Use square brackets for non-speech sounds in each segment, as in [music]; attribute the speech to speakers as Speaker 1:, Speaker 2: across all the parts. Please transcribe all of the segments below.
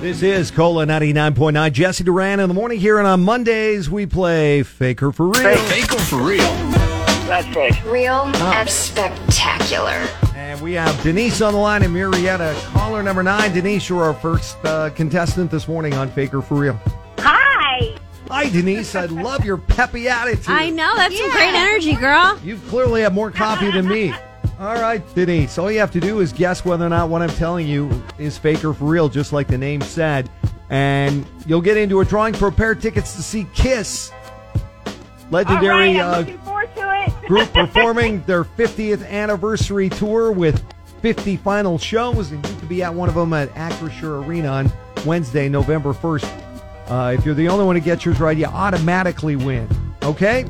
Speaker 1: This is Cola 99.9. Jesse Duran in the morning here, and on Mondays we play Faker for Real.
Speaker 2: Fake or for real?
Speaker 3: That's fake.
Speaker 4: Real and spectacular.
Speaker 1: And we have Denise on the line and Marietta, caller number nine. Denise, you're our first uh, contestant this morning on Faker for Real.
Speaker 3: Hi.
Speaker 1: Hi, Denise. I love your peppy attitude.
Speaker 5: I know. That's some great energy, girl.
Speaker 1: You clearly have more coffee than me.
Speaker 3: [laughs]
Speaker 1: All right, Denise. All you have to do is guess whether or not what I'm telling you is fake or for real, just like the name said. And you'll get into a drawing for a pair of tickets to see Kiss.
Speaker 3: All right,
Speaker 1: Legendary
Speaker 3: I'm
Speaker 1: uh,
Speaker 3: looking forward to it. [laughs]
Speaker 1: group performing their 50th anniversary tour with 50 final shows, and you could be at one of them at Acrisure Arena on Wednesday, November 1st. Uh, if you're the only one to get yours right, you automatically win. Okay,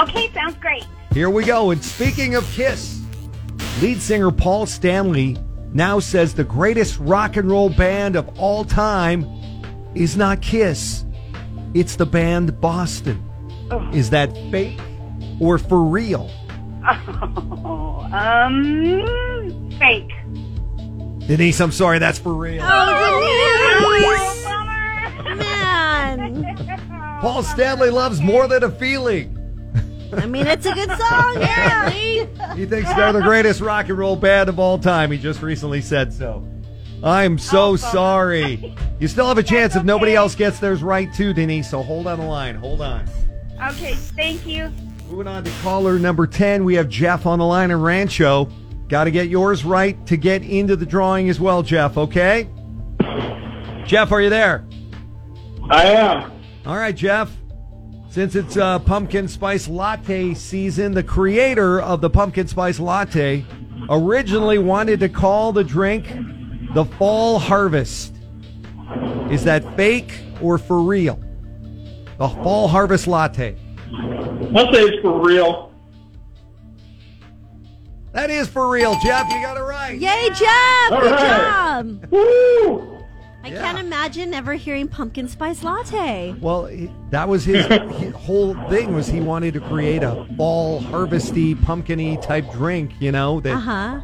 Speaker 3: Okay, sounds great.
Speaker 1: here we go. And speaking of Kiss, lead singer Paul Stanley now says the greatest rock and roll band of all time is not Kiss, it's the band Boston. Is that fake or for real?
Speaker 3: Oh, um, fake.
Speaker 1: Denise, I'm sorry, that's for real.
Speaker 3: Oh,
Speaker 5: Oh, Denise. Man.
Speaker 3: bummer.
Speaker 1: Paul Stanley loves more than a feeling.
Speaker 5: I mean, it's a good song, apparently.
Speaker 1: He thinks they're the greatest rock and roll band of all time. He just recently said so. I'm so sorry. You still have a chance if nobody
Speaker 3: okay.
Speaker 1: else gets theirs right too, Denise. So hold on the line. Hold on.
Speaker 3: [laughs] Okay, thank you.
Speaker 1: Moving on to caller number 10, we have Jeff on the line in Rancho. Got to get yours right to get into the drawing as well, Jeff, okay? Jeff, are you there?
Speaker 6: I am.
Speaker 1: All right, Jeff. Since it's uh, pumpkin spice latte season, the creator of the pumpkin spice latte originally wanted to call the drink the Fall Harvest. Is that fake or for real? The Fall Harvest latte.
Speaker 6: Let's say it's for real.
Speaker 1: That is for real, Jeff. You got it right.
Speaker 5: Yay, Jeff.
Speaker 6: All
Speaker 5: Good
Speaker 6: right.
Speaker 5: job.
Speaker 6: Woo!
Speaker 5: I can't imagine never hearing pumpkin spice latte.
Speaker 1: Well, he- that was his, his whole thing was he wanted to create a fall harvesty, pumpkiny type drink. You know that
Speaker 5: Uh huh.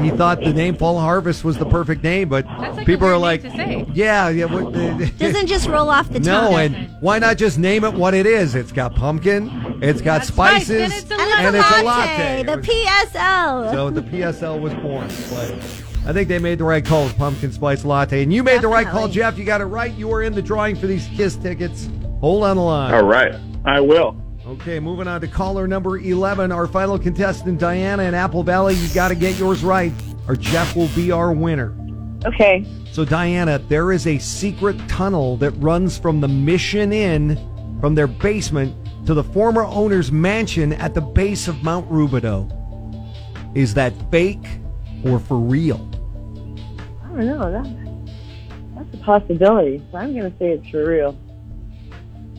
Speaker 1: he thought the name Fall Harvest was the perfect name, but
Speaker 7: That's like a
Speaker 1: people
Speaker 7: weird
Speaker 1: are like,
Speaker 7: name to say.
Speaker 1: yeah, yeah, what, the-
Speaker 5: [laughs] Doesn't just roll off the
Speaker 1: [laughs]
Speaker 5: tongue.
Speaker 1: no, and why not just name it what it is? It's got pumpkin, it's got
Speaker 7: spice,
Speaker 1: spices,
Speaker 7: and it's a
Speaker 5: and
Speaker 1: and
Speaker 5: it's
Speaker 1: it's
Speaker 5: a latte.
Speaker 1: It
Speaker 5: The
Speaker 1: was-
Speaker 5: PSL.
Speaker 1: so the PSL was born. But I think they made the right call with pumpkin spice latte, and you made the right call,
Speaker 5: Definitely.
Speaker 1: Jeff. You got it right. You are in the drawing for these Kiss tickets. Hold on the line.
Speaker 6: All right. I will.
Speaker 1: Okay, moving on to caller number 11, our final contestant, Diana in Apple Valley. You got to get yours right, or Jeff will be our winner.
Speaker 3: Okay.
Speaker 1: So, Diana, there is a secret tunnel that runs from the Mission Inn, from their basement, to the former owner's mansion at the base of Mount Rubidoux. Is that fake or for real?
Speaker 8: I don't know. That, that's a possibility. So I'm going to say it's for real.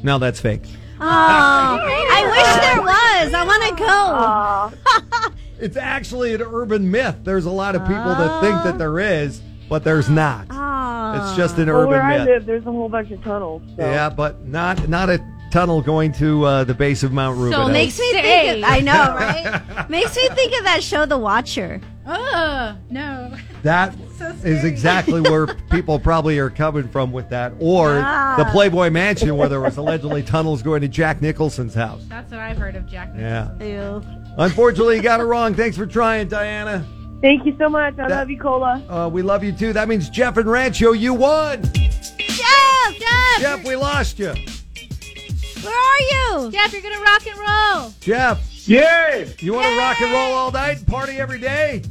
Speaker 1: No, that's fake.
Speaker 5: oh, I wish there was. I want to go.
Speaker 8: Aw.
Speaker 1: It's actually an urban myth. There's a lot of people that think that there is, but there's not.
Speaker 5: Oh.
Speaker 1: It's just an
Speaker 8: Ah. Well,
Speaker 1: urban
Speaker 8: where I
Speaker 1: myth.
Speaker 8: live, there's a whole bunch of tunnels. So.
Speaker 1: Yeah, but not not a tunnel going to uh, the base of Mount Rubidoux. [laughs]
Speaker 7: So
Speaker 5: Makes me think. Of, I know, right? Makes me think of that show, The Watcher.
Speaker 7: Oh, no. [laughs]
Speaker 1: that is exactly where people probably are coming from with that, or the Playboy Mansion where there was allegedly tunnels going to Jack Nicholson's house.
Speaker 7: That's what I've heard of Jack
Speaker 1: Yeah.
Speaker 7: Nicholson.
Speaker 5: Ew.
Speaker 1: Unfortunately, you got it wrong. Thanks for trying, Diana.
Speaker 8: Thank you so much. I
Speaker 1: That-
Speaker 8: love you, Cola.
Speaker 1: Uh, we love you too. That means Jeff and Rancho, you won.
Speaker 5: Jeff, Jeff,
Speaker 1: Jeff, we lost you.
Speaker 5: where are you?
Speaker 7: Jeff, you're going to rock and roll.
Speaker 1: Jeff,
Speaker 6: Yay!
Speaker 1: you want to rock and roll all night, and party every day?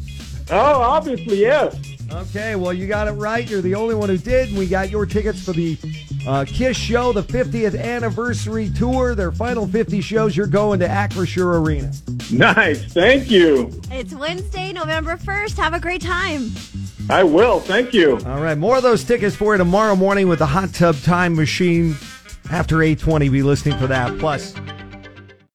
Speaker 6: Oh, obviously, yes.
Speaker 1: Okay, well, you got it right. You're the only one who did. We got your tickets for the uh, Kiss show, the 50th anniversary tour, their final 50 shows. You're going to Acrisure Arena.
Speaker 6: Nice. Thank you.
Speaker 5: It's Wednesday, November 1st. Have a great time.
Speaker 6: I will. Thank you.
Speaker 1: All right, more of those tickets for you tomorrow morning with the Hot Tub Time Machine after 8:20. Be listening for that. Plus,